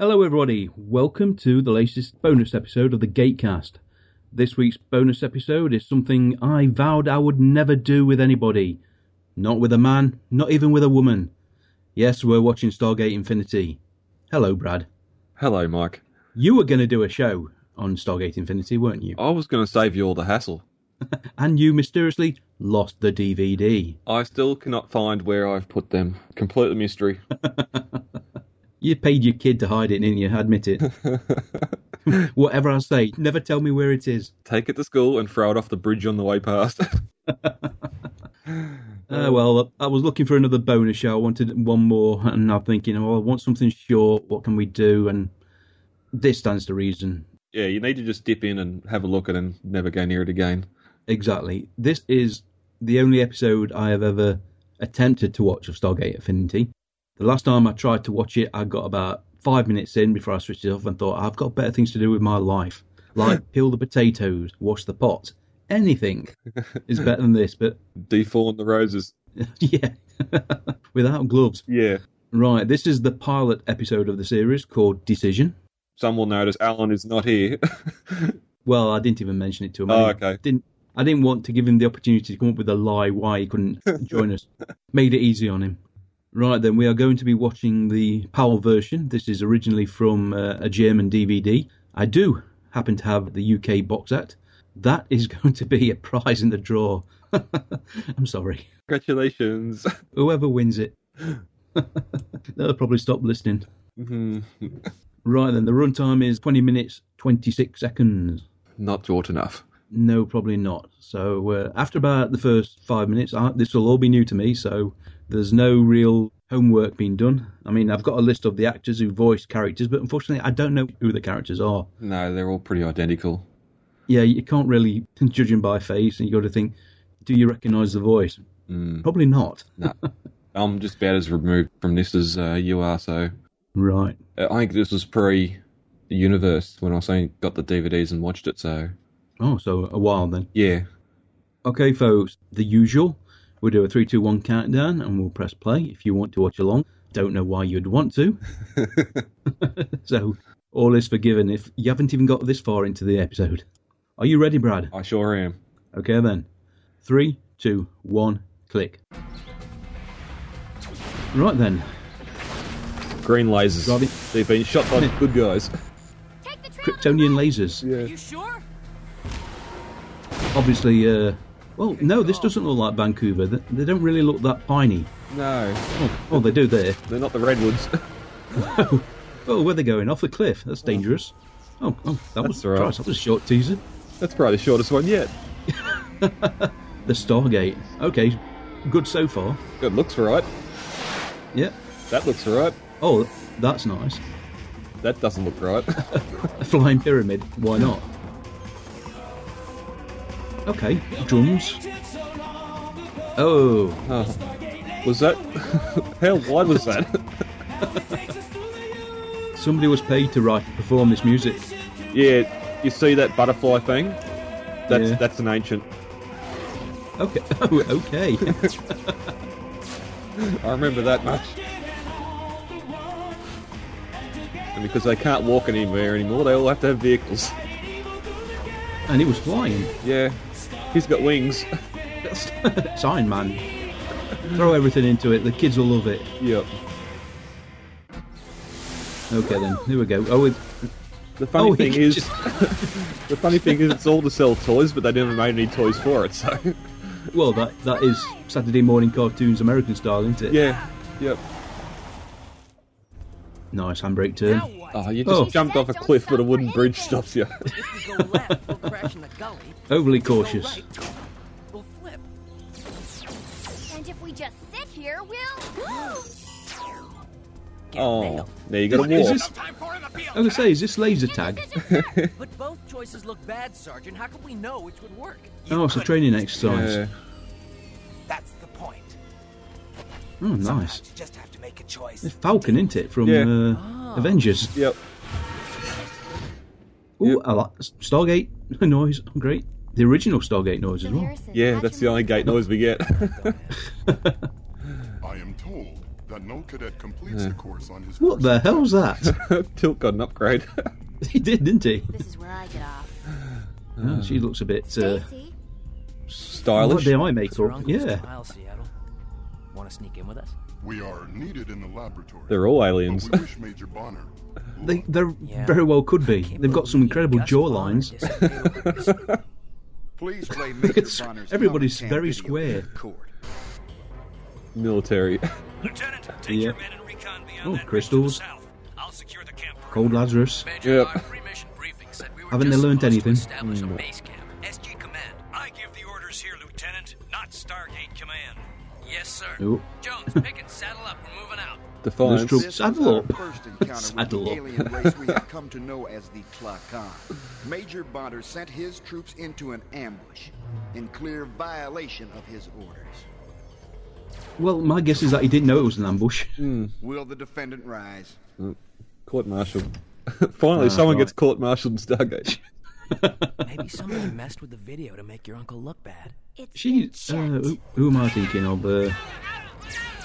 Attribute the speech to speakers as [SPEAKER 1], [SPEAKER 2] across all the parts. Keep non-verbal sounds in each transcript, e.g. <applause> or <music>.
[SPEAKER 1] everybody. Welcome to the latest bonus episode of the Gatecast. This week's bonus episode is something I vowed I would never do with anybody. Not with a man, not even with a woman. Yes, we're watching Stargate Infinity. Hello, Brad.
[SPEAKER 2] Hello, Mike.
[SPEAKER 1] You were going to do a show on Stargate Infinity, weren't you?
[SPEAKER 2] I was going to save you all the hassle.
[SPEAKER 1] And you mysteriously lost the DVD.
[SPEAKER 2] I still cannot find where I've put them. Complete the mystery.
[SPEAKER 1] You paid your kid to hide it, didn't you? Admit it. Whatever I say, never tell me where it is.
[SPEAKER 2] Take it to school and throw it off the bridge on the way past. <laughs>
[SPEAKER 1] Uh, well, I was looking for another bonus show. I wanted one more, and I'm thinking, oh, I want something short. What can we do? And this stands to reason.
[SPEAKER 2] yeah, you need to just dip in and have a look at it and never go near it again.
[SPEAKER 1] Exactly. This is the only episode I have ever attempted to watch of Stargate Affinity. The last time I tried to watch it, I got about five minutes in before I switched it off and thought, I've got better things to do with my life. Like peel the potatoes, wash the pot. Anything is better than this, but <laughs>
[SPEAKER 2] Defawn the roses.
[SPEAKER 1] yeah, <laughs> without gloves.
[SPEAKER 2] Yeah.
[SPEAKER 1] Right, this is the pilot episode of the series called Decision.
[SPEAKER 2] Some will notice Alan is not here. <laughs>
[SPEAKER 1] Well, I didn't even mention it to him.
[SPEAKER 2] Oh,
[SPEAKER 1] I
[SPEAKER 2] okay.
[SPEAKER 1] Didn't I didn't want to give him the opportunity to come up with a lie why he
[SPEAKER 2] <laughs>
[SPEAKER 1] couldn't join us. Made it easy on him. Right then, we are going to be watching the PAL version. This is originally from uh, a German DVD. I do happen to have the UK box set. That is <laughs> going to be a prize in the draw. <laughs> I'm sorry.
[SPEAKER 2] Congratulations. <laughs>
[SPEAKER 1] Whoever wins it, <gasps> they'll probably stop listening. Mm-hmm.
[SPEAKER 2] Mhm.
[SPEAKER 1] <laughs> Right then, the runtime is 20 minutes 26 seconds.
[SPEAKER 2] not short enough.
[SPEAKER 1] No, probably not. So uh, after about the first five minutes, I, this will all be new to me. So there's no real homework being done. I mean, I've got a list of the actors who voice characters, but unfortunately, I don't know who the characters are.
[SPEAKER 2] No, they're all pretty identical.
[SPEAKER 1] Yeah, you can't really <laughs> judge them by face, and you got to think, do you recognise the voice?
[SPEAKER 2] Mm.
[SPEAKER 1] Probably not.
[SPEAKER 2] I'm just about as removed from this as uh, you are, so
[SPEAKER 1] Right.
[SPEAKER 2] Uh, I think this was pre universe when I was saying got the DVDs and watched it, so
[SPEAKER 1] Oh, so a while then.
[SPEAKER 2] yeah.
[SPEAKER 1] Okay, folks, the usual. We'll do a three, two, one countdown and we'll press play if you want to watch along. Don't know why you'd want to. so, all is forgiven if you haven't even got this far into the episode. Are you ready, Brad?
[SPEAKER 2] I sure am.
[SPEAKER 1] Okay, then. Three, two, one, click. Right then.
[SPEAKER 2] Green lasers.
[SPEAKER 1] Robbie.
[SPEAKER 2] They've been shot by good guys.
[SPEAKER 3] Take the trailer.
[SPEAKER 1] Kryptonian lasers.
[SPEAKER 3] Are you sure?
[SPEAKER 1] Obviously, uh. Well, no, this doesn't look like Vancouver. They they don't really look that piney.
[SPEAKER 2] <laughs> No,
[SPEAKER 1] Oh, oh they do there.
[SPEAKER 2] they're not the redwoods. <laughs>
[SPEAKER 1] Oh, where they going? Off the cliff. That's dangerous. Oh, oh that was
[SPEAKER 2] all right.
[SPEAKER 1] Christ, that was a short teaser.
[SPEAKER 2] That's probably the shortest one yet.
[SPEAKER 1] The Stargate. Okay, good so far.
[SPEAKER 2] It looks right.
[SPEAKER 1] Yeah.
[SPEAKER 2] That looks right.
[SPEAKER 1] Oh, that's nice.
[SPEAKER 2] That doesn't look right. <laughs>
[SPEAKER 1] A flying pyramid. Why not? Okay, drums. Oh,
[SPEAKER 2] Oh.
[SPEAKER 3] <laughs>
[SPEAKER 2] Was that? <laughs> How wide was that? <laughs>
[SPEAKER 1] somebody was paid to write and perform this music.
[SPEAKER 2] yeah, you see that butterfly thing? That's
[SPEAKER 1] Yeah.
[SPEAKER 2] that's an ancient.
[SPEAKER 1] Okay, <laughs> oh,
[SPEAKER 2] <laughs>
[SPEAKER 1] okay.
[SPEAKER 2] I remember that much. And because they can't walk anywhere anymore, they all have to have vehicles.
[SPEAKER 1] and he was flying.
[SPEAKER 2] Yeah, he's got wings.
[SPEAKER 1] That's <laughs> it's Iron Man. Throw everything into it. The kids will love it.
[SPEAKER 2] <laughs> yep.
[SPEAKER 1] Okay then, here we go. Oh, it,
[SPEAKER 2] The funny
[SPEAKER 1] Oh, he
[SPEAKER 2] thing
[SPEAKER 1] can
[SPEAKER 2] is,
[SPEAKER 1] just-
[SPEAKER 2] <laughs> the funny thing is, it's all to sell toys, but they never made any toys for it. So,
[SPEAKER 1] well, that that is Saturday morning cartoons, American style, isn't it?
[SPEAKER 2] <laughs> yeah, yep.
[SPEAKER 1] Nice handbrake
[SPEAKER 3] Now
[SPEAKER 1] turn.
[SPEAKER 3] what?
[SPEAKER 2] Oh, you just
[SPEAKER 1] Oh.
[SPEAKER 2] jumped off a cliff, but a wooden bridge stops you.
[SPEAKER 3] If we go left, we'll crash in the gully. If
[SPEAKER 1] <laughs> Overly
[SPEAKER 3] we go
[SPEAKER 1] cautious.
[SPEAKER 3] right, we'll flip.
[SPEAKER 4] And if we just sit here,
[SPEAKER 2] <gasps>
[SPEAKER 4] we'll.
[SPEAKER 3] Get
[SPEAKER 2] Oh,
[SPEAKER 3] mail.
[SPEAKER 2] now you got
[SPEAKER 1] What
[SPEAKER 2] to
[SPEAKER 1] is
[SPEAKER 2] walk.
[SPEAKER 1] this? I was gonna say, is this laser tag?
[SPEAKER 4] <laughs>
[SPEAKER 3] But both choices look bad, Sergeant. How can we know which would work?
[SPEAKER 1] Oh, it's a training exercise.
[SPEAKER 2] Yeah.
[SPEAKER 5] That's the point.
[SPEAKER 1] Oh, nice.
[SPEAKER 5] Sometimes you just have to make a
[SPEAKER 1] It's
[SPEAKER 5] choice.
[SPEAKER 1] Falcon, isn't it, from
[SPEAKER 2] Yeah.
[SPEAKER 1] uh, Avengers?
[SPEAKER 2] Yep.
[SPEAKER 1] Ooh, I like Stargate <laughs> noise. Great. The original Stargate noise as well.
[SPEAKER 4] Harrison,
[SPEAKER 2] Yeah,
[SPEAKER 4] how'd
[SPEAKER 2] that's the
[SPEAKER 4] you
[SPEAKER 2] only
[SPEAKER 4] make
[SPEAKER 2] gate noise we get.
[SPEAKER 6] I am told that that no cadet completes the course on his
[SPEAKER 1] What
[SPEAKER 6] first
[SPEAKER 1] the hell's that? <laughs>
[SPEAKER 2] <laughs> Tilt got an upgrade.
[SPEAKER 1] he did, didn't he?
[SPEAKER 4] This is where I get off.
[SPEAKER 1] Oh, she looks a bit. Uh,
[SPEAKER 4] Stacy,
[SPEAKER 1] what
[SPEAKER 2] Stylish.
[SPEAKER 1] the eye makeup?
[SPEAKER 3] Your uncle's
[SPEAKER 1] Yeah.
[SPEAKER 3] trial, Seattle. Want to sneak in with us?
[SPEAKER 6] We are needed in the laboratory.
[SPEAKER 2] They're all
[SPEAKER 6] but
[SPEAKER 2] aliens. <laughs>
[SPEAKER 6] we wish Major Bonner.
[SPEAKER 1] They
[SPEAKER 6] luck.
[SPEAKER 1] they
[SPEAKER 3] Yeah.
[SPEAKER 1] very well could be.
[SPEAKER 3] Can't
[SPEAKER 1] They've got
[SPEAKER 3] believe
[SPEAKER 1] some
[SPEAKER 3] you
[SPEAKER 1] incredible
[SPEAKER 3] just
[SPEAKER 1] jawlines. <laughs>
[SPEAKER 3] wanted to say-
[SPEAKER 7] Please play Major
[SPEAKER 1] It's-
[SPEAKER 7] Bonner's
[SPEAKER 1] everybody's
[SPEAKER 7] Tomcat
[SPEAKER 1] very
[SPEAKER 7] video
[SPEAKER 1] square.
[SPEAKER 7] Chord.
[SPEAKER 2] Military.
[SPEAKER 8] Lieutenant, take
[SPEAKER 1] Yeah.
[SPEAKER 8] your men and recon beyond
[SPEAKER 1] Oh,
[SPEAKER 8] that ridge to the
[SPEAKER 1] crystals.
[SPEAKER 8] south. I'll secure the camp
[SPEAKER 1] Cold
[SPEAKER 8] perimeter.
[SPEAKER 1] Lazarus.
[SPEAKER 8] Major,
[SPEAKER 2] Yep.
[SPEAKER 8] our pre-mission briefing said we were
[SPEAKER 1] Haven't
[SPEAKER 8] just
[SPEAKER 1] they learned
[SPEAKER 8] supposed to
[SPEAKER 1] anything?
[SPEAKER 8] establish a
[SPEAKER 2] Mm.
[SPEAKER 8] base camp. SG Command. I give the orders here, Lieutenant, not Stargate Command. Yes, sir.
[SPEAKER 1] Oh. <laughs>
[SPEAKER 8] Jones, pick and saddle up. We're moving out.
[SPEAKER 2] Defiance.
[SPEAKER 1] Nostril-
[SPEAKER 7] This is
[SPEAKER 1] Saddle
[SPEAKER 7] our
[SPEAKER 1] up. <laughs>
[SPEAKER 7] first encounter
[SPEAKER 1] Saddle
[SPEAKER 7] with
[SPEAKER 1] up.
[SPEAKER 7] the alien race we have come to know as the Tlakan. Major Bonner sent his troops into an ambush in clear violation of his orders.
[SPEAKER 1] Well, my guess is that he didn't know it was an ambush.
[SPEAKER 7] Will the defendant rise?
[SPEAKER 2] Court martial. <laughs> Finally,
[SPEAKER 1] Ah,
[SPEAKER 2] someone
[SPEAKER 1] right.
[SPEAKER 2] gets court martialed in Stargate. <laughs>
[SPEAKER 3] Maybe somebody messed with the video to make your uncle look bad.
[SPEAKER 4] it's
[SPEAKER 1] She,
[SPEAKER 4] been
[SPEAKER 1] uh,
[SPEAKER 4] checked.
[SPEAKER 1] who, who am I thinking of? Uh,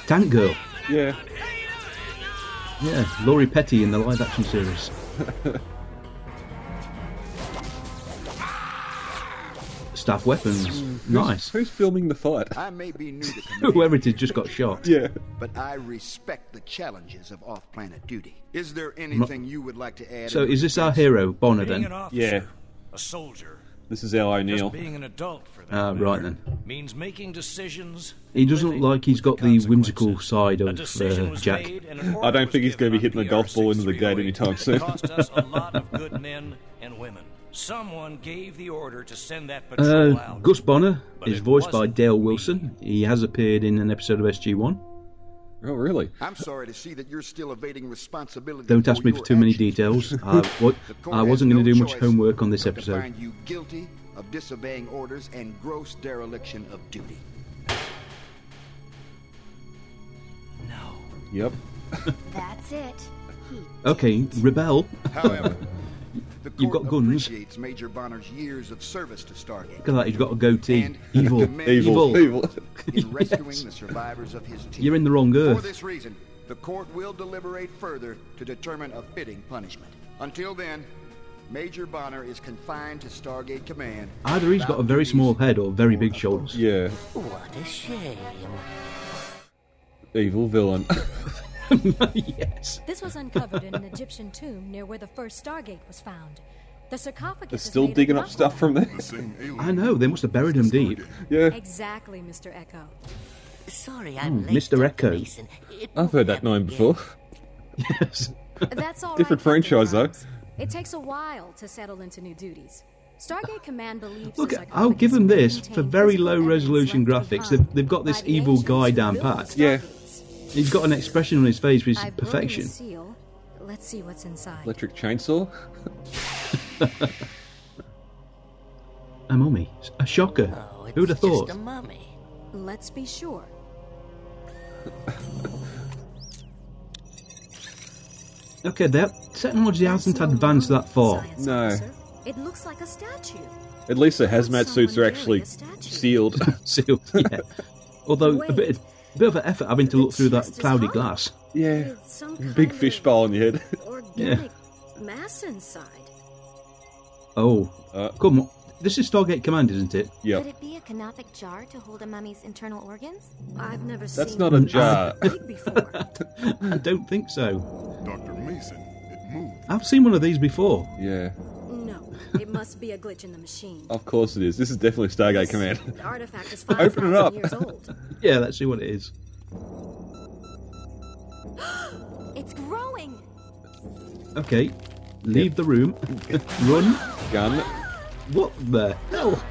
[SPEAKER 1] Tank Girl.
[SPEAKER 2] yeah.
[SPEAKER 1] Yeah, Laurie Petty in the live action series. Staff weapons. Nice. <laughs>
[SPEAKER 2] Who's filming the fight?
[SPEAKER 7] I may be new to command,
[SPEAKER 1] Whoever it is just got shot.
[SPEAKER 2] Yeah.
[SPEAKER 7] but I respect the challenges of off-planet duty. Is there anything you would like to add?
[SPEAKER 1] So
[SPEAKER 7] in
[SPEAKER 1] is this our hero, Bonner,
[SPEAKER 8] Being an
[SPEAKER 1] then?
[SPEAKER 8] officer,
[SPEAKER 2] Yeah.
[SPEAKER 8] a soldier,
[SPEAKER 2] This is L.
[SPEAKER 8] just
[SPEAKER 2] O'Neill.
[SPEAKER 8] being an adult for that
[SPEAKER 1] Ah,
[SPEAKER 8] matter,
[SPEAKER 1] right then.
[SPEAKER 8] means making decisions.
[SPEAKER 1] He doesn't
[SPEAKER 8] living
[SPEAKER 1] look like he's got
[SPEAKER 8] with
[SPEAKER 1] the whimsical
[SPEAKER 8] consequences.
[SPEAKER 1] side
[SPEAKER 8] A
[SPEAKER 1] of,
[SPEAKER 8] decision
[SPEAKER 1] uh,
[SPEAKER 8] was
[SPEAKER 1] Jack.
[SPEAKER 8] made and an order
[SPEAKER 2] I don't
[SPEAKER 8] was
[SPEAKER 2] think he's gonna
[SPEAKER 8] given
[SPEAKER 2] be
[SPEAKER 8] on
[SPEAKER 2] hitting the golf ball into the gate
[SPEAKER 8] PR-6308.
[SPEAKER 2] anytime soon.
[SPEAKER 8] It cost us a lot of good men and women. Someone gave the order to send that patrol
[SPEAKER 1] Uh,
[SPEAKER 8] out.
[SPEAKER 1] Gus Bonner
[SPEAKER 8] But
[SPEAKER 1] is
[SPEAKER 8] it
[SPEAKER 1] voiced by
[SPEAKER 8] wasn't
[SPEAKER 1] Dale
[SPEAKER 8] me.
[SPEAKER 1] Wilson. He has appeared in an episode of SG1.
[SPEAKER 2] Oh, really?
[SPEAKER 7] I'm sorry to see that you're still evading responsibility.
[SPEAKER 1] Don't ask
[SPEAKER 7] for
[SPEAKER 1] me for
[SPEAKER 7] your
[SPEAKER 1] too many
[SPEAKER 7] actions. <laughs>
[SPEAKER 1] details. I, what,
[SPEAKER 7] Oh, The court
[SPEAKER 1] I
[SPEAKER 7] has
[SPEAKER 1] wasn't going to
[SPEAKER 7] no
[SPEAKER 1] do much
[SPEAKER 7] choice
[SPEAKER 1] homework on this
[SPEAKER 7] but to
[SPEAKER 1] episode.
[SPEAKER 7] find you guilty of disobeying orders and gross dereliction of duty.
[SPEAKER 3] No.
[SPEAKER 2] Yep.
[SPEAKER 4] That's it. He
[SPEAKER 1] Okay, rebel. <laughs>
[SPEAKER 7] However, the court
[SPEAKER 1] got guns.
[SPEAKER 7] appreciates Major Bonner's years of service to Stargate.
[SPEAKER 1] Look at that, he's got a goatee.
[SPEAKER 7] And-
[SPEAKER 1] <laughs>
[SPEAKER 9] <laughs>
[SPEAKER 1] Evil.
[SPEAKER 7] Evil.
[SPEAKER 2] Evil. Evil. <laughs>
[SPEAKER 7] in rescuing the survivors of his team.
[SPEAKER 1] You're in the wrong
[SPEAKER 7] For
[SPEAKER 1] earth.
[SPEAKER 7] this reason, the court will deliberate further to determine a fitting punishment. Until then, Major Bonner is confined to Stargate Command.
[SPEAKER 1] Either he's got a
[SPEAKER 7] without
[SPEAKER 1] very
[SPEAKER 7] release
[SPEAKER 1] small head or very big
[SPEAKER 7] or
[SPEAKER 1] shoulders.
[SPEAKER 2] <laughs> yeah.
[SPEAKER 3] What a shame.
[SPEAKER 2] Evil villain. <laughs>
[SPEAKER 1] yes.
[SPEAKER 10] This
[SPEAKER 1] <laughs>
[SPEAKER 10] was uncovered in an Egyptian tomb near where the first Stargate was found. The sarcophagus
[SPEAKER 2] They're
[SPEAKER 10] is
[SPEAKER 2] still
[SPEAKER 10] made of
[SPEAKER 2] digging up
[SPEAKER 10] rock
[SPEAKER 2] stuff from there.
[SPEAKER 6] The same alien.
[SPEAKER 1] I know, they must have buried him deep.
[SPEAKER 2] Yeah.
[SPEAKER 10] art. Exactly, Mr. Echo.
[SPEAKER 9] Sorry, I'm late.
[SPEAKER 1] Mr.
[SPEAKER 9] Dr.
[SPEAKER 1] Hmm, Echo.
[SPEAKER 9] Mason. It
[SPEAKER 2] I've
[SPEAKER 9] won't
[SPEAKER 2] heard that
[SPEAKER 9] happen
[SPEAKER 2] name
[SPEAKER 9] again.
[SPEAKER 2] before.
[SPEAKER 1] Yes.
[SPEAKER 10] That's all. right,
[SPEAKER 2] Different
[SPEAKER 10] Captain
[SPEAKER 2] franchise, though.
[SPEAKER 10] Grimes. It takes a while to settle into new duties. Stargate Command believes.
[SPEAKER 1] Look,
[SPEAKER 10] the
[SPEAKER 1] I'll
[SPEAKER 10] sarcophagus
[SPEAKER 1] give them
[SPEAKER 10] may
[SPEAKER 1] this.
[SPEAKER 10] contain
[SPEAKER 1] For very
[SPEAKER 10] physical
[SPEAKER 1] low
[SPEAKER 10] evidence
[SPEAKER 1] resolution
[SPEAKER 10] left
[SPEAKER 1] graphics,
[SPEAKER 10] behind
[SPEAKER 1] they've- they've got this
[SPEAKER 10] by the
[SPEAKER 1] evil
[SPEAKER 10] ancients
[SPEAKER 1] guy
[SPEAKER 10] who
[SPEAKER 1] down
[SPEAKER 10] built the
[SPEAKER 1] pat.
[SPEAKER 2] Yeah.
[SPEAKER 10] Stargates.
[SPEAKER 1] He's got an expression on his face which is
[SPEAKER 10] I've broken the
[SPEAKER 1] perfection.
[SPEAKER 10] seal. Let's see what's inside.
[SPEAKER 2] Electric chainsaw.
[SPEAKER 1] A mummy. A shocker.
[SPEAKER 9] Oh, it's
[SPEAKER 1] Who'd have thought?
[SPEAKER 9] Just a mummy.
[SPEAKER 10] Let's be sure.
[SPEAKER 1] Okay, that technology hasn't
[SPEAKER 10] That's no
[SPEAKER 1] advanced
[SPEAKER 10] normal
[SPEAKER 1] that far. <laughs>
[SPEAKER 10] science,
[SPEAKER 2] No.
[SPEAKER 10] officer. It looks like a statue.
[SPEAKER 2] At least the hazmat suits are
[SPEAKER 10] Someone
[SPEAKER 2] actually
[SPEAKER 10] carrying a statue.
[SPEAKER 2] sealed. <laughs>
[SPEAKER 1] Sealed, yeah. Although a bit, a bit of an effort having to look
[SPEAKER 10] It's
[SPEAKER 1] through that
[SPEAKER 10] just as
[SPEAKER 1] cloudy
[SPEAKER 10] hard.
[SPEAKER 1] glass.
[SPEAKER 2] yeah.
[SPEAKER 10] With some kind
[SPEAKER 2] Big
[SPEAKER 10] of
[SPEAKER 2] fish bowl on your head. <laughs>
[SPEAKER 10] Organic mass inside.
[SPEAKER 1] Oh,
[SPEAKER 2] Uh.
[SPEAKER 1] come on. This is Stargate Command, isn't it?
[SPEAKER 2] Yep.
[SPEAKER 4] Could it be a canopic jar to hold a mummy's internal organs?
[SPEAKER 10] I've never
[SPEAKER 2] That's
[SPEAKER 10] seen
[SPEAKER 2] not a
[SPEAKER 1] Mm,
[SPEAKER 10] <laughs>
[SPEAKER 2] jar.
[SPEAKER 10] pig before.
[SPEAKER 2] <laughs>
[SPEAKER 1] I don't think so.
[SPEAKER 6] Dr. Mason, it moved.
[SPEAKER 1] I've seen one of these before.
[SPEAKER 2] Yeah.
[SPEAKER 10] No, it must be a glitch in the machine.
[SPEAKER 2] Of course it is. This is definitely Stargate Command.
[SPEAKER 10] <laughs>
[SPEAKER 2] <laughs>
[SPEAKER 10] The artifact is
[SPEAKER 2] Open
[SPEAKER 10] 5,000
[SPEAKER 2] it up.
[SPEAKER 10] years
[SPEAKER 2] <laughs>
[SPEAKER 10] old.
[SPEAKER 1] Yeah, let's see what it is.
[SPEAKER 4] It's growing!
[SPEAKER 1] Okay, leave the
[SPEAKER 2] <laughs>
[SPEAKER 1] room. Run.
[SPEAKER 2] Gun.
[SPEAKER 1] What the hell?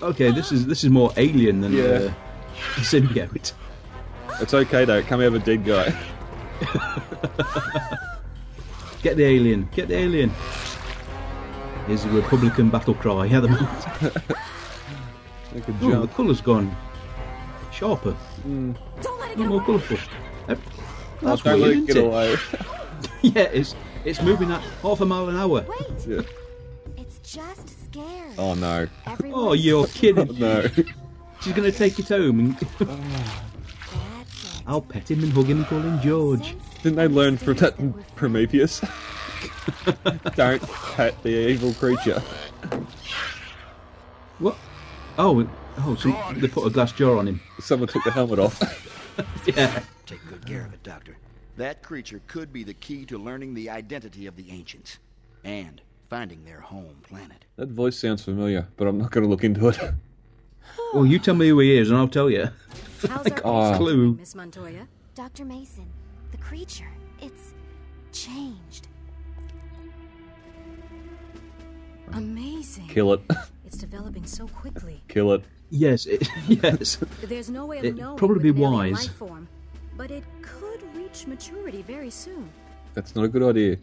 [SPEAKER 1] Okay, this is this is more alien than
[SPEAKER 2] Yeah.
[SPEAKER 1] uh, symbiote.
[SPEAKER 2] It's okay though. Come have a
[SPEAKER 10] <laughs>
[SPEAKER 2] dead guy.
[SPEAKER 1] Get the alien. Get the alien. Here's the Republican battle cry. Yeah, the <laughs>
[SPEAKER 2] Make a
[SPEAKER 1] oh, the
[SPEAKER 2] jump.
[SPEAKER 1] colour's gone sharper,
[SPEAKER 10] Don't let it
[SPEAKER 1] not
[SPEAKER 10] get
[SPEAKER 1] more
[SPEAKER 10] away.
[SPEAKER 1] colourful. Uh, That's
[SPEAKER 2] Don't let
[SPEAKER 1] weird,
[SPEAKER 2] it
[SPEAKER 1] isn't
[SPEAKER 2] get
[SPEAKER 1] it?
[SPEAKER 2] away.
[SPEAKER 1] Yeah, it's it's moving at half a mile an hour.
[SPEAKER 4] Wait!
[SPEAKER 2] Yeah.
[SPEAKER 4] It's just scared.
[SPEAKER 2] Oh no.
[SPEAKER 4] Everyone
[SPEAKER 1] Oh, you're Oh, kidding.
[SPEAKER 2] No. <laughs>
[SPEAKER 1] She's going to take it home and <laughs>
[SPEAKER 4] That's it.
[SPEAKER 1] I'll pet him and hug him and call him George.
[SPEAKER 4] Since
[SPEAKER 2] Didn't they learn
[SPEAKER 4] these
[SPEAKER 2] from
[SPEAKER 4] days
[SPEAKER 2] that
[SPEAKER 4] that were found,
[SPEAKER 2] Prometheus? <laughs> Don't pet the evil creature.
[SPEAKER 1] What? Oh, it- oh, so they put a glass jar on him.
[SPEAKER 2] Someone took the helmet off. <laughs>
[SPEAKER 1] Yeah.
[SPEAKER 7] Take good care of it, Doctor. That creature could be the key to learning the identity of the ancients and finding their home planet.
[SPEAKER 2] That voice sounds familiar, but I'm not going to look into it.
[SPEAKER 1] Well, you tell me who he is and I'll tell you. <laughs>
[SPEAKER 10] How's our
[SPEAKER 2] oh.
[SPEAKER 10] patient
[SPEAKER 1] Clue.
[SPEAKER 10] doing, Miss Montoya?
[SPEAKER 4] Dr. Mason, the creature, it's changed.
[SPEAKER 10] Amazing.
[SPEAKER 2] Kill it. <laughs>
[SPEAKER 10] It's developing so quickly.
[SPEAKER 2] Kill it.
[SPEAKER 1] Yes, it, <laughs> yes.
[SPEAKER 10] There's no way of
[SPEAKER 1] It'd
[SPEAKER 10] knowing
[SPEAKER 1] probably be
[SPEAKER 10] with merely a
[SPEAKER 1] wise.
[SPEAKER 10] life form, but it could reach maturity very soon.
[SPEAKER 2] That's not a good idea.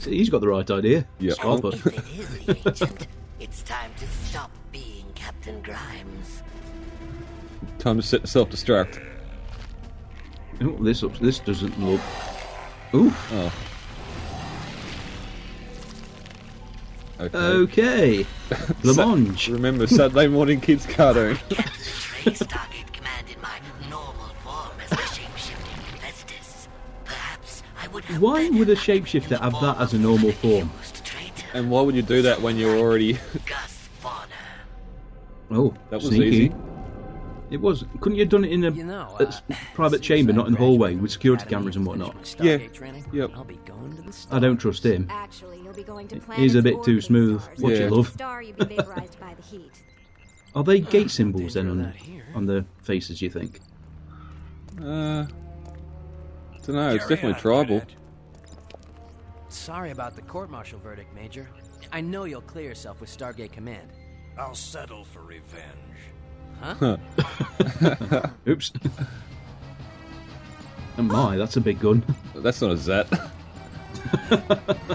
[SPEAKER 1] So he's got the right idea.
[SPEAKER 2] Yeah.
[SPEAKER 1] Scarpa.
[SPEAKER 9] If it is the
[SPEAKER 1] <laughs>
[SPEAKER 9] ancient, it's time to stop being Captain Grimes.
[SPEAKER 2] Time to se- self-destruct.
[SPEAKER 1] Oh, this ups, this doesn't look. Ooh.
[SPEAKER 2] Oh. Okay.
[SPEAKER 1] Oh,
[SPEAKER 2] <laughs>
[SPEAKER 1] Okay. Lamange.
[SPEAKER 2] Remember Saturday morning kids cartoon.
[SPEAKER 9] Captain Trace Stargate Command in my normal form as a shapeshifting Festus. Perhaps I would have
[SPEAKER 1] Why
[SPEAKER 9] better
[SPEAKER 1] would a
[SPEAKER 9] luck in
[SPEAKER 1] shapeshifter
[SPEAKER 9] the
[SPEAKER 1] have
[SPEAKER 9] form
[SPEAKER 1] that as a
[SPEAKER 9] of
[SPEAKER 1] normal
[SPEAKER 9] an
[SPEAKER 1] form? Uh,
[SPEAKER 9] accused traitor,
[SPEAKER 2] And why would you do that when you're already? <laughs>
[SPEAKER 9] Gus Bonner.
[SPEAKER 1] Oh,
[SPEAKER 2] That was
[SPEAKER 1] sneaky.
[SPEAKER 2] easy.
[SPEAKER 1] It was. Couldn't you have done it in a
[SPEAKER 3] You know,
[SPEAKER 1] a
[SPEAKER 3] uh,
[SPEAKER 1] s- private
[SPEAKER 3] since
[SPEAKER 1] chamber,
[SPEAKER 3] I
[SPEAKER 1] not in the hallway
[SPEAKER 3] graduated
[SPEAKER 1] with security
[SPEAKER 3] academy
[SPEAKER 1] cameras and
[SPEAKER 3] finish
[SPEAKER 1] whatnot?
[SPEAKER 3] my
[SPEAKER 2] Yeah.
[SPEAKER 3] Stargate Training,
[SPEAKER 2] Yep.
[SPEAKER 3] I'll be going to the
[SPEAKER 1] I don't trust him.
[SPEAKER 10] Actually, you'll be going to planets
[SPEAKER 1] He's a bit
[SPEAKER 10] orbiting
[SPEAKER 1] too smooth.
[SPEAKER 10] Stars.
[SPEAKER 1] Watch
[SPEAKER 2] Yeah.
[SPEAKER 1] it, love.
[SPEAKER 10] Star, you'd be vaporized by the heat.
[SPEAKER 1] <laughs> Are they gate symbols then
[SPEAKER 3] Didn't do
[SPEAKER 1] on,
[SPEAKER 3] that here.
[SPEAKER 1] on the faces? You think?
[SPEAKER 2] Uh, don't know. It's
[SPEAKER 8] Carry
[SPEAKER 2] definitely
[SPEAKER 8] on,
[SPEAKER 2] tribal.
[SPEAKER 8] Cadet.
[SPEAKER 3] Sorry about the court martial verdict, Major. I know you'll clear yourself with Stargate Command.
[SPEAKER 8] I'll settle for revenge.
[SPEAKER 1] Oops. <laughs> oh my, that's a big gun.
[SPEAKER 2] That's not a Zat. <laughs>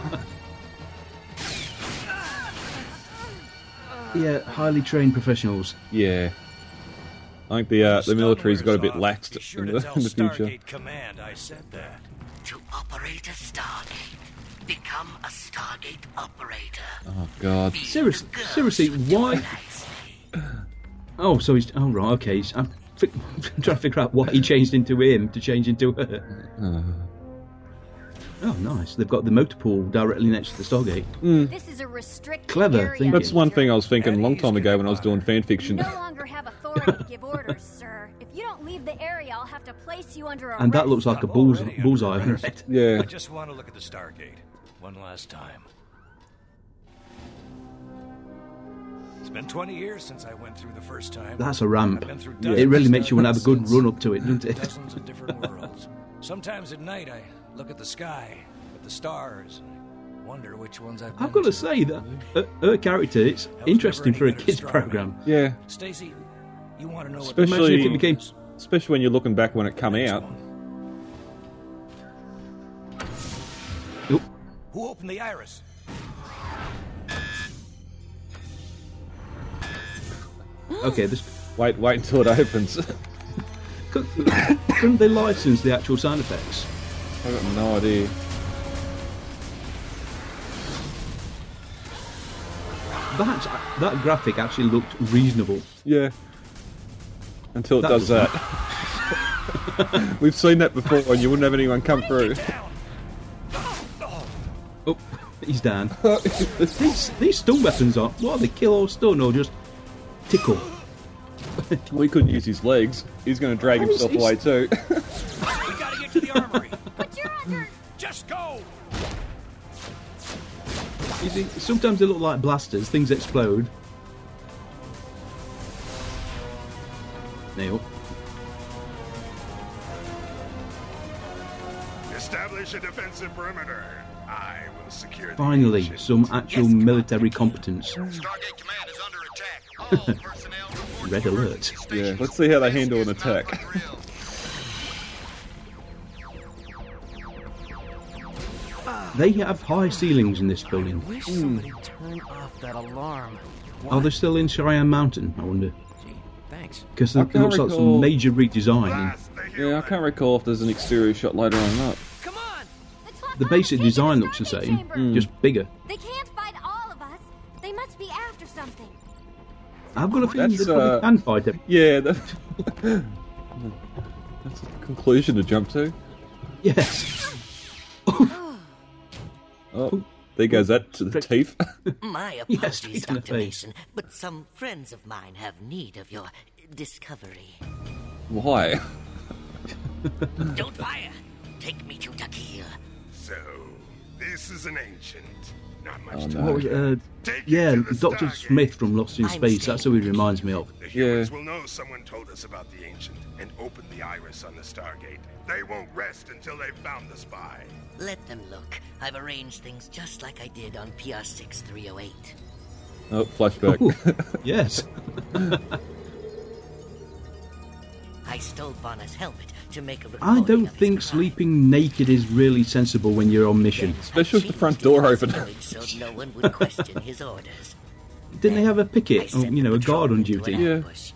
[SPEAKER 1] yeah, highly trained professionals.
[SPEAKER 2] yeah. I think the uh, the
[SPEAKER 8] Stun
[SPEAKER 2] military's got a bit
[SPEAKER 8] wears off.
[SPEAKER 2] laxed
[SPEAKER 8] Be sure
[SPEAKER 2] in
[SPEAKER 8] to
[SPEAKER 2] the,
[SPEAKER 8] tell
[SPEAKER 2] <laughs> in the future.
[SPEAKER 8] Stargate Command I said that.
[SPEAKER 9] To operate a Stargate, become a Stargate operator.
[SPEAKER 2] Oh God.
[SPEAKER 9] Be
[SPEAKER 1] Uh, Seriously-
[SPEAKER 9] the girl
[SPEAKER 1] seriously,
[SPEAKER 9] with the
[SPEAKER 1] why-
[SPEAKER 9] nice name.
[SPEAKER 1] Oh, so he's. Oh, right, okay. he's- I'm fi- <laughs> trying to figure out why he changed into him to change into her. Oh, nice. They've got the motor pool directly next to the Stargate.
[SPEAKER 4] This is a restricted
[SPEAKER 1] Clever
[SPEAKER 4] area,
[SPEAKER 1] thinking.
[SPEAKER 2] That's one thing I was thinking a long
[SPEAKER 8] Eddie's
[SPEAKER 2] time ago
[SPEAKER 8] gonna
[SPEAKER 2] when I was
[SPEAKER 8] buy
[SPEAKER 2] doing fan
[SPEAKER 4] You
[SPEAKER 2] fiction.
[SPEAKER 4] no longer have authority to give orders, <laughs> sir. If you don't leave the area, I'll have to place you under arrest.
[SPEAKER 1] And that looks like a
[SPEAKER 8] I'm
[SPEAKER 1] bull's-
[SPEAKER 8] already under
[SPEAKER 1] bullseye on
[SPEAKER 8] arrest.
[SPEAKER 1] it.
[SPEAKER 2] <laughs> yeah.
[SPEAKER 8] I just want to look at the Stargate one last time. It's been 20 years since I went through the first time.
[SPEAKER 1] That's a ramp.
[SPEAKER 8] I've been through
[SPEAKER 1] It really
[SPEAKER 8] dozens
[SPEAKER 1] makes you want to have a good
[SPEAKER 8] since.
[SPEAKER 1] run up to it, doesn't it? <laughs>
[SPEAKER 8] Dozens of different worlds. Sometimes at night I look at the sky, at the stars, and I wonder which ones I've.
[SPEAKER 1] I've
[SPEAKER 8] been
[SPEAKER 1] got to
[SPEAKER 8] to.
[SPEAKER 1] say that her, her character it's
[SPEAKER 8] never
[SPEAKER 1] interesting
[SPEAKER 8] any
[SPEAKER 1] for a
[SPEAKER 8] good at
[SPEAKER 1] kids
[SPEAKER 8] astronomy.
[SPEAKER 1] program.
[SPEAKER 2] Yeah.
[SPEAKER 8] Stacy, you want to know what?
[SPEAKER 2] Especially-
[SPEAKER 1] Imagine if it became
[SPEAKER 2] Especially when you're looking back when it come out.
[SPEAKER 1] Oop.
[SPEAKER 8] Who opened the iris?
[SPEAKER 1] okay. This
[SPEAKER 2] Wait, wait until it <laughs> opens. I
[SPEAKER 1] could- couldn't they license the actual sound effects?
[SPEAKER 2] got no idea.
[SPEAKER 1] That that graphic actually looked reasonable.
[SPEAKER 2] Yeah. Until it
[SPEAKER 1] That
[SPEAKER 2] does <laughs>
[SPEAKER 1] doesn't-
[SPEAKER 2] that. We've seen that before, and you wouldn't have anyone come <laughs> through.
[SPEAKER 8] Down. Oh,
[SPEAKER 1] Oh, <laughs> he's down. these these stun weapons are what are they? Kill or stun or just tickle?
[SPEAKER 2] We couldn't use his legs. He's going to drag
[SPEAKER 1] How is
[SPEAKER 2] himself away <laughs> too.
[SPEAKER 8] we gotta get to the armory.
[SPEAKER 4] <laughs> But you're under.
[SPEAKER 8] Just go.
[SPEAKER 1] You see, sometimes they look like blasters. Things explode. Nail.
[SPEAKER 6] Establish a defensive perimeter. I will secure.
[SPEAKER 1] Finally, some actual military competence.
[SPEAKER 11] Stargate Command is under attack. All
[SPEAKER 1] <laughs>
[SPEAKER 11] personnel report
[SPEAKER 1] Red
[SPEAKER 11] to
[SPEAKER 1] alert.
[SPEAKER 11] emergency station.
[SPEAKER 2] Yeah, let's see how they handle an
[SPEAKER 11] This is not
[SPEAKER 2] attack.
[SPEAKER 11] for drill.
[SPEAKER 1] They have high ceilings in this building.
[SPEAKER 3] Wish somebody turned off that alarm.
[SPEAKER 1] Are they still in Cheyenne Mountain? I wonder.
[SPEAKER 3] Gee, thanks.
[SPEAKER 1] Because
[SPEAKER 2] I
[SPEAKER 1] it
[SPEAKER 2] can't
[SPEAKER 1] looks like
[SPEAKER 2] recall.
[SPEAKER 1] some major redesign.
[SPEAKER 6] Blast the
[SPEAKER 2] Yeah, I
[SPEAKER 6] human.
[SPEAKER 2] can't recall if there's an exterior shot later on or not.
[SPEAKER 3] Come on!
[SPEAKER 4] The, Tlacanas
[SPEAKER 1] The basic
[SPEAKER 4] taken
[SPEAKER 1] design looks the
[SPEAKER 4] Stargate
[SPEAKER 1] same, Mm.
[SPEAKER 2] Hmm.
[SPEAKER 4] chamber.
[SPEAKER 1] just bigger.
[SPEAKER 4] They can't fight all of us. They must be after something.
[SPEAKER 1] I've got a feeling
[SPEAKER 2] That's,
[SPEAKER 1] they probably
[SPEAKER 2] uh,
[SPEAKER 1] can fight him.
[SPEAKER 2] Yeah, that- <laughs> that's a conclusion to jump to.
[SPEAKER 1] Yes.
[SPEAKER 2] Oh, there goes that to the teeth. <laughs>
[SPEAKER 9] My
[SPEAKER 1] Yes,
[SPEAKER 9] apologies,
[SPEAKER 1] straight in the
[SPEAKER 9] Dr.
[SPEAKER 1] face.
[SPEAKER 9] Mason, but some friends of mine have need of your discovery.
[SPEAKER 2] Why?
[SPEAKER 9] Don't fire! Take me to Dakil.
[SPEAKER 6] So, this is an ancient. Not much
[SPEAKER 2] Oh,
[SPEAKER 6] to
[SPEAKER 2] no.
[SPEAKER 1] What was it? Uh, yeah, Doctor Smith from Lost in
[SPEAKER 9] I'm
[SPEAKER 1] Space. That's who he reminds me
[SPEAKER 3] <laughs>
[SPEAKER 1] of.
[SPEAKER 6] The
[SPEAKER 2] Yeah.
[SPEAKER 6] humans will know someone told us about the ancient and opened the iris on the Stargate. They won't rest until they've found the spy.
[SPEAKER 9] Let them look. I've arranged things just like I did on PR 6308.
[SPEAKER 2] Oh, flashback.
[SPEAKER 1] Ooh, yes.
[SPEAKER 9] I stole Bonner's helmet to make a
[SPEAKER 1] I
[SPEAKER 9] recording
[SPEAKER 1] don't
[SPEAKER 9] of his
[SPEAKER 1] think
[SPEAKER 9] crime.
[SPEAKER 1] sleeping naked is really sensible when you're on mission.
[SPEAKER 2] Especially with the
[SPEAKER 9] I changed
[SPEAKER 2] front door
[SPEAKER 9] his
[SPEAKER 2] open.
[SPEAKER 9] story So no one would question his orders.
[SPEAKER 1] Didn't they have a
[SPEAKER 9] I
[SPEAKER 1] picket, or,
[SPEAKER 9] sent
[SPEAKER 1] um, you
[SPEAKER 9] the
[SPEAKER 1] know, a
[SPEAKER 9] patrol
[SPEAKER 1] guard on
[SPEAKER 9] into
[SPEAKER 1] duty?
[SPEAKER 9] an
[SPEAKER 2] Yeah.
[SPEAKER 9] ambush.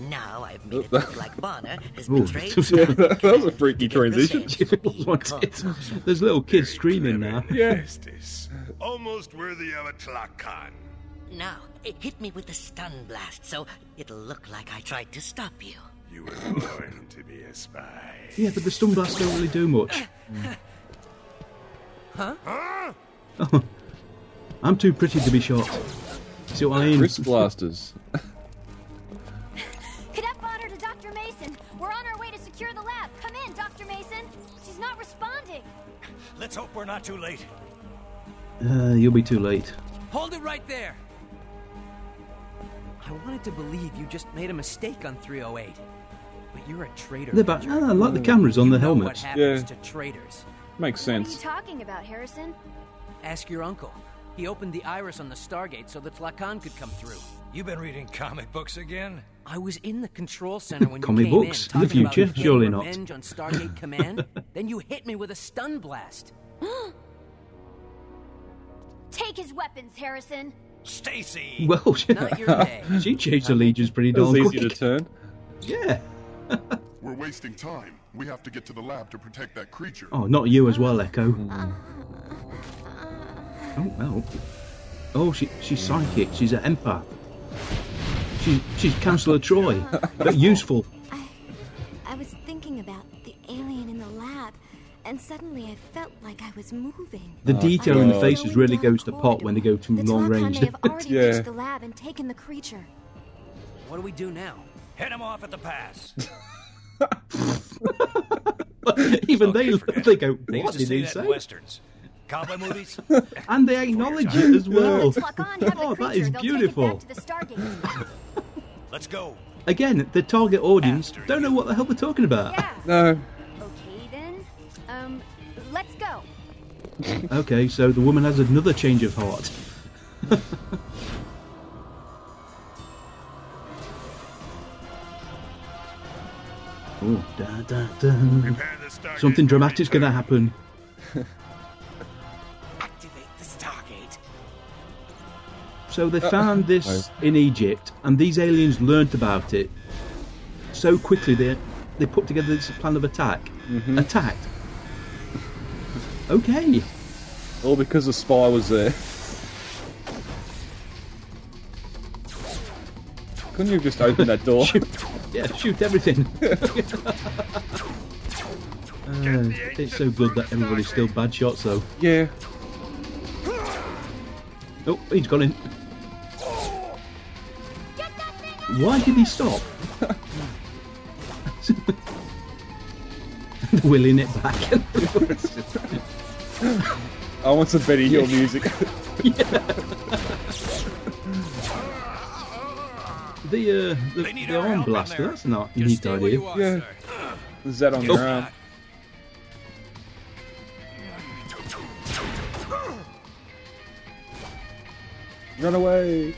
[SPEAKER 9] Now I've made it look like Bonner has
[SPEAKER 1] Ooh.
[SPEAKER 9] betrayed.
[SPEAKER 1] <laughs> Yeah,
[SPEAKER 2] that was a freaky transition.
[SPEAKER 1] <laughs> There's little kids screaming <laughs> now.
[SPEAKER 6] Yes. Almost worthy of a Tlacan.
[SPEAKER 9] <laughs> Now it hit me with the stun blast, so it'll look like I tried to stop you.
[SPEAKER 6] You were born to be a spy.
[SPEAKER 1] Yeah, but the stun blasts don't really do much.
[SPEAKER 6] Huh?
[SPEAKER 1] I'm too pretty to be shot. See what I mean?
[SPEAKER 2] <laughs> Wrist blasters.
[SPEAKER 4] Cadet Bonner to Dr. Mason. We're on our way to secure the lab. Come in, Dr. Mason. She's not responding.
[SPEAKER 8] Let's hope we're not too late.
[SPEAKER 1] Uh, you'll be too late.
[SPEAKER 3] Hold it right there. I wanted to believe you just made a mistake on 308, but you're a traitor.
[SPEAKER 1] They're back.
[SPEAKER 3] Major.
[SPEAKER 1] Ah, I like the cameras on the
[SPEAKER 3] You know what
[SPEAKER 1] helmets.
[SPEAKER 3] happens
[SPEAKER 2] Yeah.
[SPEAKER 3] to traitors?
[SPEAKER 2] Makes
[SPEAKER 4] What are you
[SPEAKER 2] sense.
[SPEAKER 4] talking about, Harrison?
[SPEAKER 3] Ask your uncle. He opened the iris on the Stargate so that Lacan could come through.
[SPEAKER 8] You've been reading comic books again?
[SPEAKER 3] I was in the control center when
[SPEAKER 1] Comic
[SPEAKER 3] you came
[SPEAKER 1] books?
[SPEAKER 3] in,
[SPEAKER 1] In the
[SPEAKER 3] talking about
[SPEAKER 1] future?
[SPEAKER 3] getting
[SPEAKER 1] Surely not.
[SPEAKER 3] Revenge on
[SPEAKER 1] <laughs>
[SPEAKER 3] Stargate Command. then you hit me with a stun blast.
[SPEAKER 4] Take his weapons, Harrison.
[SPEAKER 1] <laughs>
[SPEAKER 8] Stacy!
[SPEAKER 1] Well, <laughs>
[SPEAKER 3] Not your day.
[SPEAKER 1] she changed allegiance pretty
[SPEAKER 2] It was
[SPEAKER 1] darn
[SPEAKER 2] easy to
[SPEAKER 1] quick.
[SPEAKER 2] turn.
[SPEAKER 1] Yeah.
[SPEAKER 11] We're wasting time. We have to get to the lab to protect that creature.
[SPEAKER 1] Oh, not you as well, Echo.
[SPEAKER 8] Mm.
[SPEAKER 1] Oh well. Oh, she she's psychic. She's an empath. She, she's Councillor
[SPEAKER 8] <laughs>
[SPEAKER 1] Troy, but useful.
[SPEAKER 4] I was thinking about the alien in the lab, and suddenly I felt like I was moving.
[SPEAKER 1] The
[SPEAKER 8] Oh,
[SPEAKER 1] detail in the
[SPEAKER 2] God.
[SPEAKER 1] faces really goes to pot when they go to
[SPEAKER 4] the
[SPEAKER 1] long
[SPEAKER 4] Tlacan
[SPEAKER 1] range.
[SPEAKER 4] may have
[SPEAKER 1] <laughs>
[SPEAKER 4] already
[SPEAKER 2] Yeah.
[SPEAKER 4] reached the lab and taken the creature.
[SPEAKER 3] What do we do now?
[SPEAKER 8] Head him off at the
[SPEAKER 1] <laughs>
[SPEAKER 8] pass.
[SPEAKER 1] <laughs> Even they they go.
[SPEAKER 8] They
[SPEAKER 1] What
[SPEAKER 8] used to
[SPEAKER 1] did
[SPEAKER 8] say
[SPEAKER 1] he
[SPEAKER 8] that in
[SPEAKER 1] say?
[SPEAKER 8] westerns. Cowboy
[SPEAKER 1] <laughs>
[SPEAKER 8] movies?
[SPEAKER 1] And they acknowledge it as well.
[SPEAKER 4] Once Tlacan
[SPEAKER 1] <laughs>
[SPEAKER 4] have
[SPEAKER 1] Oh,
[SPEAKER 4] the creature,
[SPEAKER 1] that is
[SPEAKER 4] they'll
[SPEAKER 1] beautiful.
[SPEAKER 4] take it back to the Stargate.
[SPEAKER 1] <laughs>
[SPEAKER 8] Let's go.
[SPEAKER 1] Again, the target audience
[SPEAKER 8] After
[SPEAKER 1] don't know what the hell we're talking about.
[SPEAKER 4] yeah.
[SPEAKER 2] No.
[SPEAKER 4] Okay then. Um, let's go.
[SPEAKER 1] Okay, so the woman has another change of heart. <laughs> oh, da, da, da.
[SPEAKER 6] Prepare the Stargate.
[SPEAKER 1] Something
[SPEAKER 6] for
[SPEAKER 1] dramatic's going to
[SPEAKER 6] return.
[SPEAKER 1] happen.
[SPEAKER 5] Activate the Stargate.
[SPEAKER 1] So they found this in Egypt, and these aliens learnt about it so quickly they they put together this plan of attack. Attacked. Okay.
[SPEAKER 2] All because the spy was there. Couldn't you have just open that door?
[SPEAKER 1] Yeah, shoot everything. Uh,
[SPEAKER 6] Get the
[SPEAKER 1] It's
[SPEAKER 6] ancient
[SPEAKER 1] so good
[SPEAKER 6] from
[SPEAKER 1] that
[SPEAKER 6] the
[SPEAKER 1] everybody's still
[SPEAKER 6] Stargate.
[SPEAKER 1] bad shots, though.
[SPEAKER 2] yeah.
[SPEAKER 1] Oh, he's gone in.
[SPEAKER 4] Get that thing out!
[SPEAKER 1] Why did he stop? <laughs> Willing it back. <laughs>
[SPEAKER 2] I want some Betty Hill music. <laughs>
[SPEAKER 1] the uh, the,
[SPEAKER 8] They need
[SPEAKER 1] the
[SPEAKER 8] our
[SPEAKER 1] arm
[SPEAKER 8] help in
[SPEAKER 1] blaster.
[SPEAKER 8] there.
[SPEAKER 1] That's not a
[SPEAKER 8] Just
[SPEAKER 1] neat
[SPEAKER 8] stay where you
[SPEAKER 1] idea.
[SPEAKER 8] are,
[SPEAKER 2] Yeah.
[SPEAKER 8] sir.
[SPEAKER 2] Is that on your arm?
[SPEAKER 8] Uh,
[SPEAKER 2] Run away!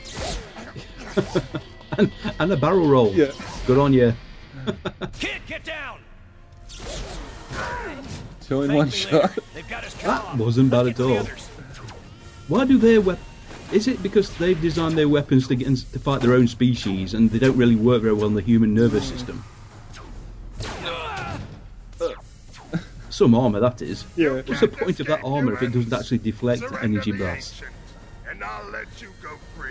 [SPEAKER 1] And a barrel roll.
[SPEAKER 2] Yeah.
[SPEAKER 1] Good on you.
[SPEAKER 8] Kid, get down!
[SPEAKER 2] Two in
[SPEAKER 8] Thank
[SPEAKER 2] one
[SPEAKER 8] me
[SPEAKER 2] shot.
[SPEAKER 8] later. They've got us cut
[SPEAKER 1] That
[SPEAKER 8] off.
[SPEAKER 1] wasn't bad
[SPEAKER 8] Let's
[SPEAKER 1] at
[SPEAKER 8] get to the
[SPEAKER 1] all.
[SPEAKER 8] others.
[SPEAKER 1] Why do their weapons? Is it because they've designed their weapons to, against, to fight their own species and they don't really work very well on the human nervous system? Some armor, that is. <laughs>
[SPEAKER 2] Yeah.
[SPEAKER 1] What's the point of that armor if it doesn't actually deflect
[SPEAKER 6] Surrender
[SPEAKER 1] energy
[SPEAKER 6] the
[SPEAKER 1] blasts?
[SPEAKER 6] ancient. and I'll let you go free.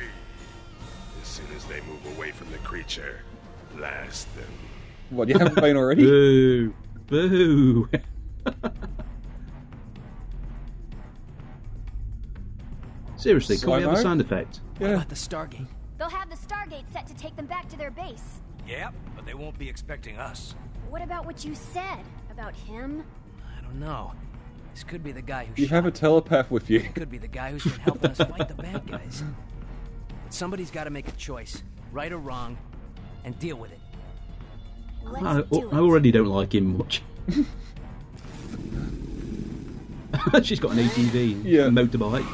[SPEAKER 6] As soon as they move away from the creature, blast them.
[SPEAKER 2] What, you haven't
[SPEAKER 1] <laughs>
[SPEAKER 2] been already?
[SPEAKER 1] Boo. Boo. <laughs> Seriously, can we have a
[SPEAKER 2] Slow-mo?
[SPEAKER 1] sound effect?
[SPEAKER 3] What about the Stargate?
[SPEAKER 4] They'll have the Stargate set to take them back to their base.
[SPEAKER 8] Yep, but they won't be expecting us.
[SPEAKER 4] What about what you said about him?
[SPEAKER 3] I don't know. This could be the guy who
[SPEAKER 2] You
[SPEAKER 3] shot
[SPEAKER 2] have a telepath with you.
[SPEAKER 3] It could be the guy who's been helping us fight the bad guys. But somebody's got to make a choice, right or wrong, and deal with it.
[SPEAKER 4] Let's
[SPEAKER 1] I,
[SPEAKER 4] do it.
[SPEAKER 1] I already don't like him much. <laughs> She's got an ATV,
[SPEAKER 2] Yeah.
[SPEAKER 1] a motorbike,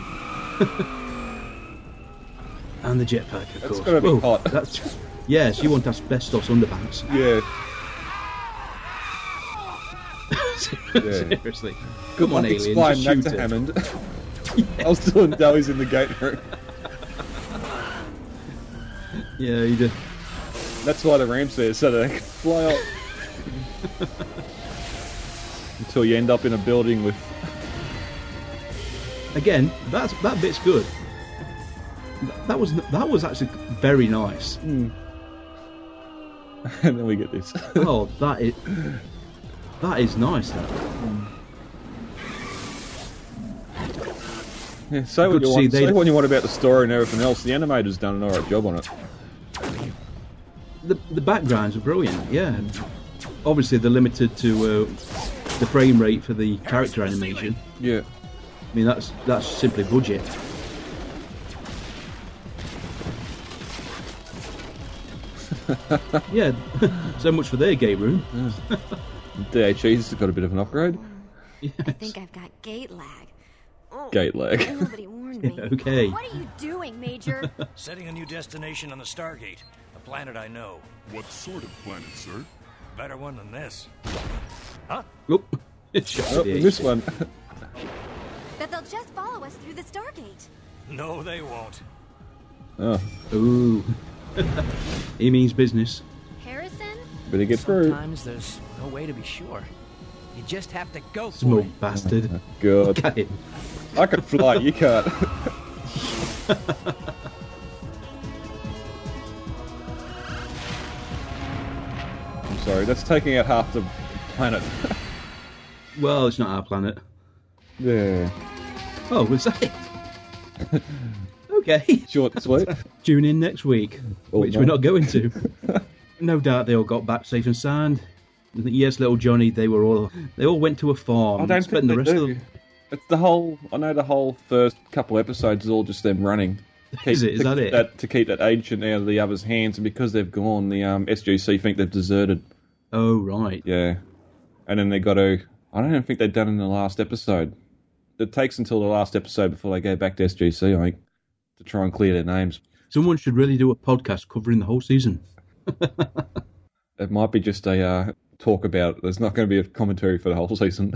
[SPEAKER 1] and the jetpack, of course.
[SPEAKER 2] gotta be
[SPEAKER 1] Whoa,
[SPEAKER 2] hot.
[SPEAKER 1] That's, yeah, she wants asbestos underpants.
[SPEAKER 2] Yeah.
[SPEAKER 1] Seriously, come on,
[SPEAKER 2] Like,
[SPEAKER 1] alien,
[SPEAKER 2] explain
[SPEAKER 1] just
[SPEAKER 2] that
[SPEAKER 1] shoot
[SPEAKER 2] to
[SPEAKER 1] her.
[SPEAKER 2] Hammond. I was doing doughies in the gate room.
[SPEAKER 1] Yeah, you do.
[SPEAKER 2] That's why the ramp's there, so they can fly up. Until you end up in a building with.
[SPEAKER 1] Again, that's that bit's good. Th- That was that was actually very nice.
[SPEAKER 2] Mm. <laughs> and then we get this.
[SPEAKER 1] oh, that is that is nice. That Good to
[SPEAKER 2] Yeah, say, what you
[SPEAKER 1] see
[SPEAKER 2] want,
[SPEAKER 1] they-
[SPEAKER 2] say what you want about the story and everything else. The animator's done an alright job on it.
[SPEAKER 1] the the backgrounds are brilliant. Yeah, obviously they're limited to uh, the frame rate for the character animation.
[SPEAKER 2] Yeah.
[SPEAKER 1] I mean that's that's simply
[SPEAKER 2] <laughs>
[SPEAKER 1] budget. yeah, <laughs> so much for their game room.
[SPEAKER 2] DHE's E got a bit of an upgrade.
[SPEAKER 4] I think I've got gate lag. Oh,
[SPEAKER 2] Gate lag.
[SPEAKER 4] Nobody
[SPEAKER 1] <laughs>
[SPEAKER 4] warned me.
[SPEAKER 1] Okay.
[SPEAKER 4] What are you doing, Major? <laughs>
[SPEAKER 8] Setting a new destination on the Stargate, a planet I know.
[SPEAKER 11] What sort of planet, sir?
[SPEAKER 8] Better one than this.
[SPEAKER 1] Oop. <laughs> Shot
[SPEAKER 2] Oh,
[SPEAKER 1] the
[SPEAKER 2] this one. <laughs>
[SPEAKER 4] that they'll just follow us through the Stargate.
[SPEAKER 8] No, they won't.
[SPEAKER 2] oh,
[SPEAKER 1] <laughs> Ooh. he means business.
[SPEAKER 4] Harrison?
[SPEAKER 2] better get through.
[SPEAKER 3] Sometimes there's no way to be sure. You just have to go for
[SPEAKER 1] Small
[SPEAKER 3] it.
[SPEAKER 1] bastard. <laughs>
[SPEAKER 2] God.
[SPEAKER 1] Look at him.
[SPEAKER 2] I can fly, you can't. <laughs> I'm sorry, that's taking out half the planet.
[SPEAKER 1] Well, it's not our planet.
[SPEAKER 2] yeah.
[SPEAKER 1] Oh, was that it?
[SPEAKER 2] <laughs>
[SPEAKER 1] okay.
[SPEAKER 2] Short and sweet.
[SPEAKER 1] <laughs> Tune in next week,
[SPEAKER 2] Oh,
[SPEAKER 1] which
[SPEAKER 2] no.
[SPEAKER 1] we're not going
[SPEAKER 2] <laughs>
[SPEAKER 1] to. no doubt they all got back safe and sound. Yes, little Johnny, they were all they all went to a farm.
[SPEAKER 2] I don't
[SPEAKER 1] spent
[SPEAKER 2] think
[SPEAKER 1] the
[SPEAKER 2] they
[SPEAKER 1] rest
[SPEAKER 2] do.
[SPEAKER 1] of
[SPEAKER 2] It's the whole. I know the whole first couple episodes is all just them running.
[SPEAKER 1] <laughs> Is it? Is
[SPEAKER 2] to,
[SPEAKER 1] that
[SPEAKER 2] keep
[SPEAKER 1] it?
[SPEAKER 2] to keep that agent out of the other's hands, and because they've gone, the um, SGC think they've deserted.
[SPEAKER 1] Oh right.
[SPEAKER 2] Yeah. And then they got to. I don't even think they've done it in the last episode. It takes until the last episode before they go back to SGC, I think, to try and clear their names.
[SPEAKER 1] Someone should really do a podcast covering the whole season.
[SPEAKER 2] It might be just a uh, talk about it. There's not going to be a commentary for the whole season.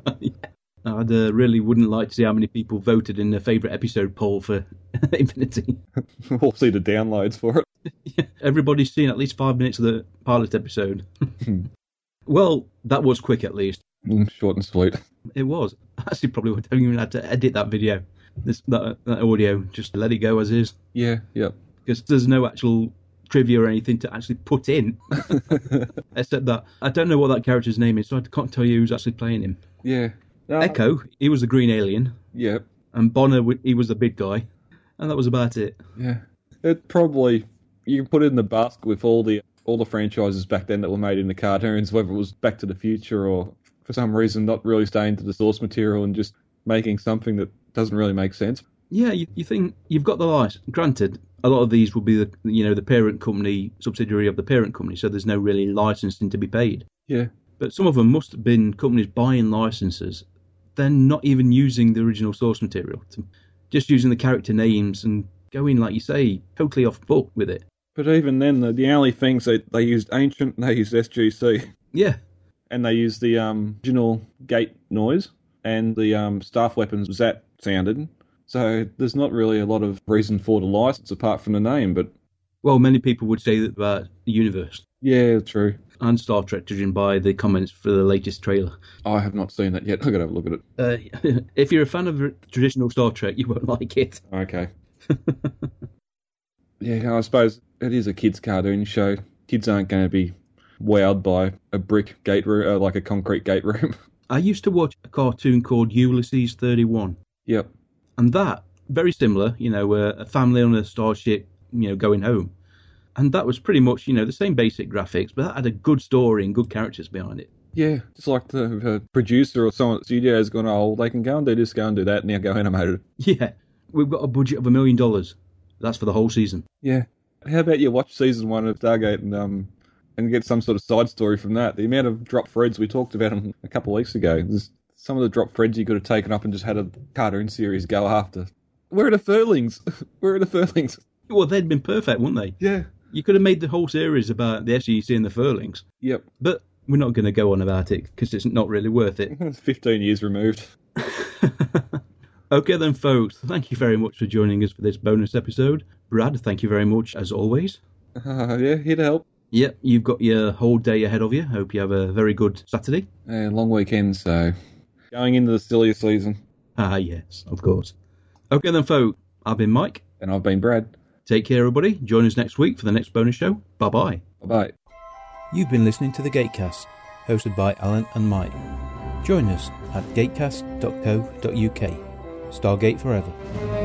[SPEAKER 2] <laughs>
[SPEAKER 1] I uh, really wouldn't like to see how many people voted in their favourite episode poll for <laughs> Infinity.
[SPEAKER 2] we'll see the downloads for it.
[SPEAKER 1] Everybody's seen at least five minutes of the pilot episode. <laughs> well, that was quick at least.
[SPEAKER 2] Mm, Short and sweet.
[SPEAKER 1] It was. <laughs> Actually, probably would not even had to edit that video, this that, that audio. Just let it go as is,
[SPEAKER 2] Yeah, yeah.
[SPEAKER 1] because there's no actual trivia or anything to actually put in, except that I don't know what that character's name is, so I can't tell you who's actually playing him.
[SPEAKER 2] Yeah. No,
[SPEAKER 1] Echo, he was the green alien,
[SPEAKER 2] Yeah.
[SPEAKER 1] and Bonner, w- he was the big guy, and that was about it.
[SPEAKER 2] Yeah. It probably. You can put it in the basket with all the all the franchises back then that were made into cartoons, whether it was Back to the Future or for some reason not really staying to the source material and just making something that doesn't really make sense.
[SPEAKER 1] Yeah, you, you think you've got the license. Granted, a lot of these will be the you know the parent company subsidiary of the parent company, so there's no really licensing to be paid.
[SPEAKER 2] Yeah.
[SPEAKER 1] But some of them must have been companies buying licenses, then not even using the original source material, to- just using the character names and going, like you say, totally off book with it.
[SPEAKER 2] But even then, the, the only things they they used ancient, they used SGC,
[SPEAKER 1] Yeah,
[SPEAKER 2] <laughs> and they used the um, original gate noise and the um, staff weapons that sounded. So there's not really a lot of reason for the license apart from the name. But
[SPEAKER 1] well, many people would say that about the universe.
[SPEAKER 2] Yeah, true.
[SPEAKER 1] And Star Trek, judging by the comments for the latest trailer.
[SPEAKER 2] I have not seen that yet. I've got to have a look at it.
[SPEAKER 1] Uh, <laughs> if you're a fan of traditional Star Trek, you won't <laughs> like it.
[SPEAKER 2] Okay. <laughs> yeah, I suppose it is a kids' cartoon show. Kids aren't going to be wowed by a brick gate room, uh, like a concrete gate room. <laughs>
[SPEAKER 1] I used to watch a cartoon called Ulysses 31.
[SPEAKER 2] Yep.
[SPEAKER 1] And that, very similar, you know, uh, a family on a starship, you know, going home. And that was pretty much, you know, the same basic graphics, but that had a good story and good characters behind it. <laughs>
[SPEAKER 2] Yeah, just like the uh, producer or someone at the studio has gone, oh, they can go and do this, go and do that, and now go animate it.
[SPEAKER 1] Yeah. We've got a budget of a million dollars. That's for the whole season.
[SPEAKER 2] Yeah. How about you watch season one of Stargate and um, and get some sort of side story from that. The amount of drop threads we talked about them a couple of weeks ago. There's some of the drop threads you could have taken up and just had a cartoon series go after. Where are the furlings? <laughs> Where are the furlings?
[SPEAKER 1] Well, they'd been perfect, wouldn't they?
[SPEAKER 2] Yeah.
[SPEAKER 1] You could have made the whole series about the SEC and the furlings.
[SPEAKER 2] Yep.
[SPEAKER 1] But we're not going to go on about it because it's not really worth it.
[SPEAKER 2] 15 years removed. <laughs>
[SPEAKER 1] okay, then, folks, thank you very much for joining us for this bonus episode. Brad, thank you very much, as always.
[SPEAKER 2] Uh, yeah, here to help.
[SPEAKER 1] Yep, you've got your whole day ahead of you. Hope you have a very good Saturday.
[SPEAKER 2] Uh, long weekend, so going into the sillier season.
[SPEAKER 1] Ah, yes, of course. Okay, then, folks. I've been Mike.
[SPEAKER 2] And I've been Brad.
[SPEAKER 1] Take care, everybody. Join us next week for the next bonus show. Bye bye.
[SPEAKER 2] Bye bye.
[SPEAKER 12] You've been listening to The Gatecast, hosted by Alan and Mike. Join us at gatecast.co.uk. Stargate Forever.